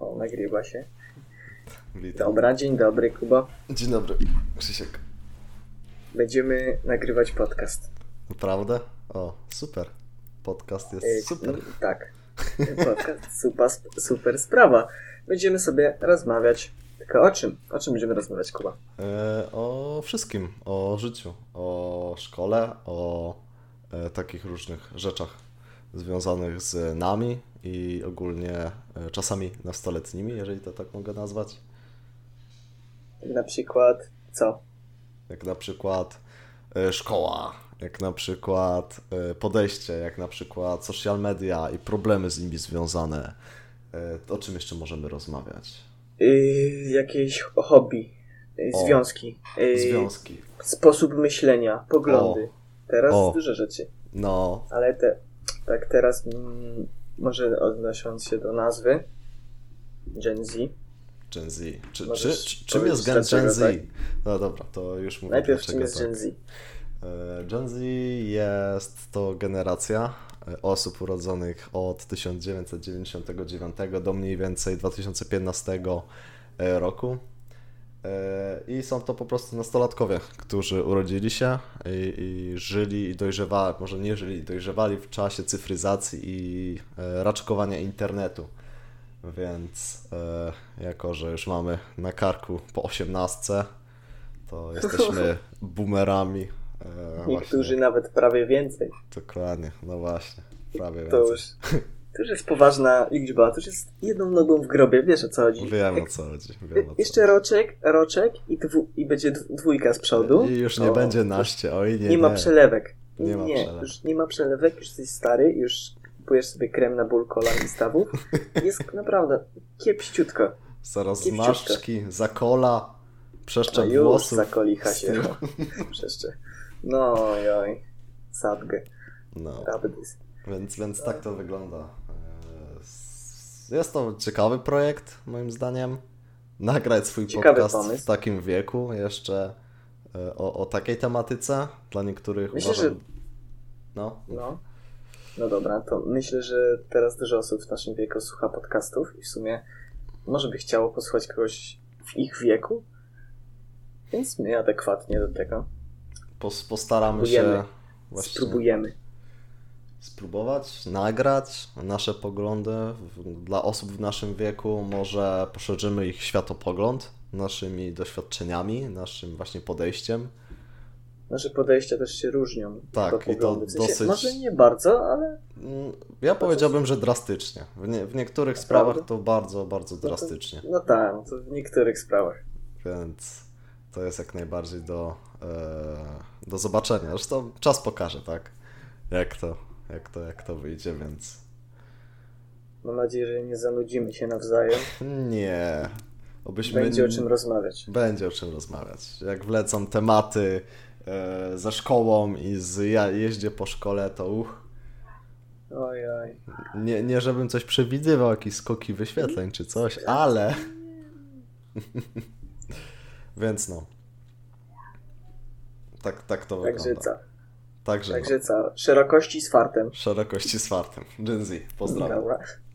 O, nagrywa się. Witam. Dobra, dzień dobry, Kuba. Dzień dobry, Krzysiek. Będziemy nagrywać podcast. Naprawdę? O, super. Podcast E, jest super. m, Tak. Podcast, super, super sprawa. Będziemy sobie rozmawiać. Tylko o czym? O czym będziemy rozmawiać, Kuba? E, o wszystkim, o życiu, o szkole, o e, takich różnych rzeczach związanych z nami i ogólnie e, czasami nastoletnimi, jeżeli to tak mogę nazwać. Na przykład co? jak na przykład e, szkoła, jak na przykład e, podejście, jak na przykład social media i problemy z nimi związane. E, O czym jeszcze możemy rozmawiać? Yy, jakieś hobby, yy, O. związki, yy, Związki. sposób myślenia, poglądy. Teraz O. dużo rzeczy. No, Ale te, tak teraz, mm, może odnosząc się do nazwy Gen Z. Gen Z. Czy, czy, Możesz czy, czym powiedzieć jest gen, dlaczego Gen Z? tak? No dobra, to już mówię Najpierw dlaczego czym jest tak. Gen Z? E, Gen Z jest to generacja e, osób urodzonych od 1999 do mniej więcej 2015 e, roku. E, I są to po prostu nastolatkowie, którzy urodzili się i, i żyli i dojrzewali, może nie żyli, dojrzewali w czasie cyfryzacji i e, raczkowania internetu. Więc e, jako, że już mamy na karku po 18, to jesteśmy boomerami. E, Niektórzy właśnie. nawet prawie więcej. Dokładnie, no właśnie. Prawie To więcej. już, to już jest poważna liczba. To już jest jedną nogą w grobie. Wiesz o co chodzi. Wiem o Jak- co chodzi. Wiem, o co Jeszcze roczek, roczek i, dwu, i będzie dw- dwójka z przodu. I już nie O, będzie już naście, oj nie. Nie, ma przelewek. Nie Nie, ma przelewek. już nie ma przelewek, już jesteś stary, już kupujesz sobie krem na ból kolan i stawów. Jest naprawdę kiepściutko. No Zaraz Kipciuszka. zmarszczki, zakola, No przeszczep już włosów. zakolicha się. Z No. Jeszcze. No oj, sadgę. No, Nawet jest. więc, więc tak to wygląda. Eee, s- Jest to ciekawy projekt, moim zdaniem. Nagrać swój Ciekawy podcast w pomysł. takim wieku jeszcze e, o, o takiej tematyce. Dla niektórych Myślę, uważam... że- No, No. No dobra, to myślę, że teraz dużo osób w naszym wieku słucha podcastów i w sumie może by chciało posłuchać kogoś w ich wieku, więc my adekwatnie do tego pos, postaramy się... Spróbujemy. właśnie- spróbujemy. spróbować nagrać nasze poglądy w, dla osób w naszym wieku. Może poszerzymy ich światopogląd naszymi doświadczeniami, naszym właśnie podejściem. Nasze podejścia też się różnią. Tak, do i to poglądów. W sensie, dosyć- Może nie bardzo, ale Mm, Ja powiedziałbym, że drastycznie. W, nie, w niektórych sprawach to bardzo, bardzo to- drastycznie. no tak, to w niektórych sprawach. Więc to jest jak najbardziej do, e, do zobaczenia. Zresztą czas pokaże, tak? Jak to, jak to, jak to wyjdzie, więc Mam nadzieję, że nie zanudzimy się nawzajem. nie. Obyśmy Będzie o czym rozmawiać. Będzie o czym rozmawiać. Jak wlecą tematy e, ze szkołą i z ja jeździe po szkole, to uch. Oj, oj. Nie, nie żebym coś przewidywał, jakieś skoki wyświetleń czy coś, ale. Więc no. Tak, tak to Także wygląda. co? Także, Także co? Szerokości z fartem. no. Szerokości z fartem. Gen Z, pozdrawiam. Dobra.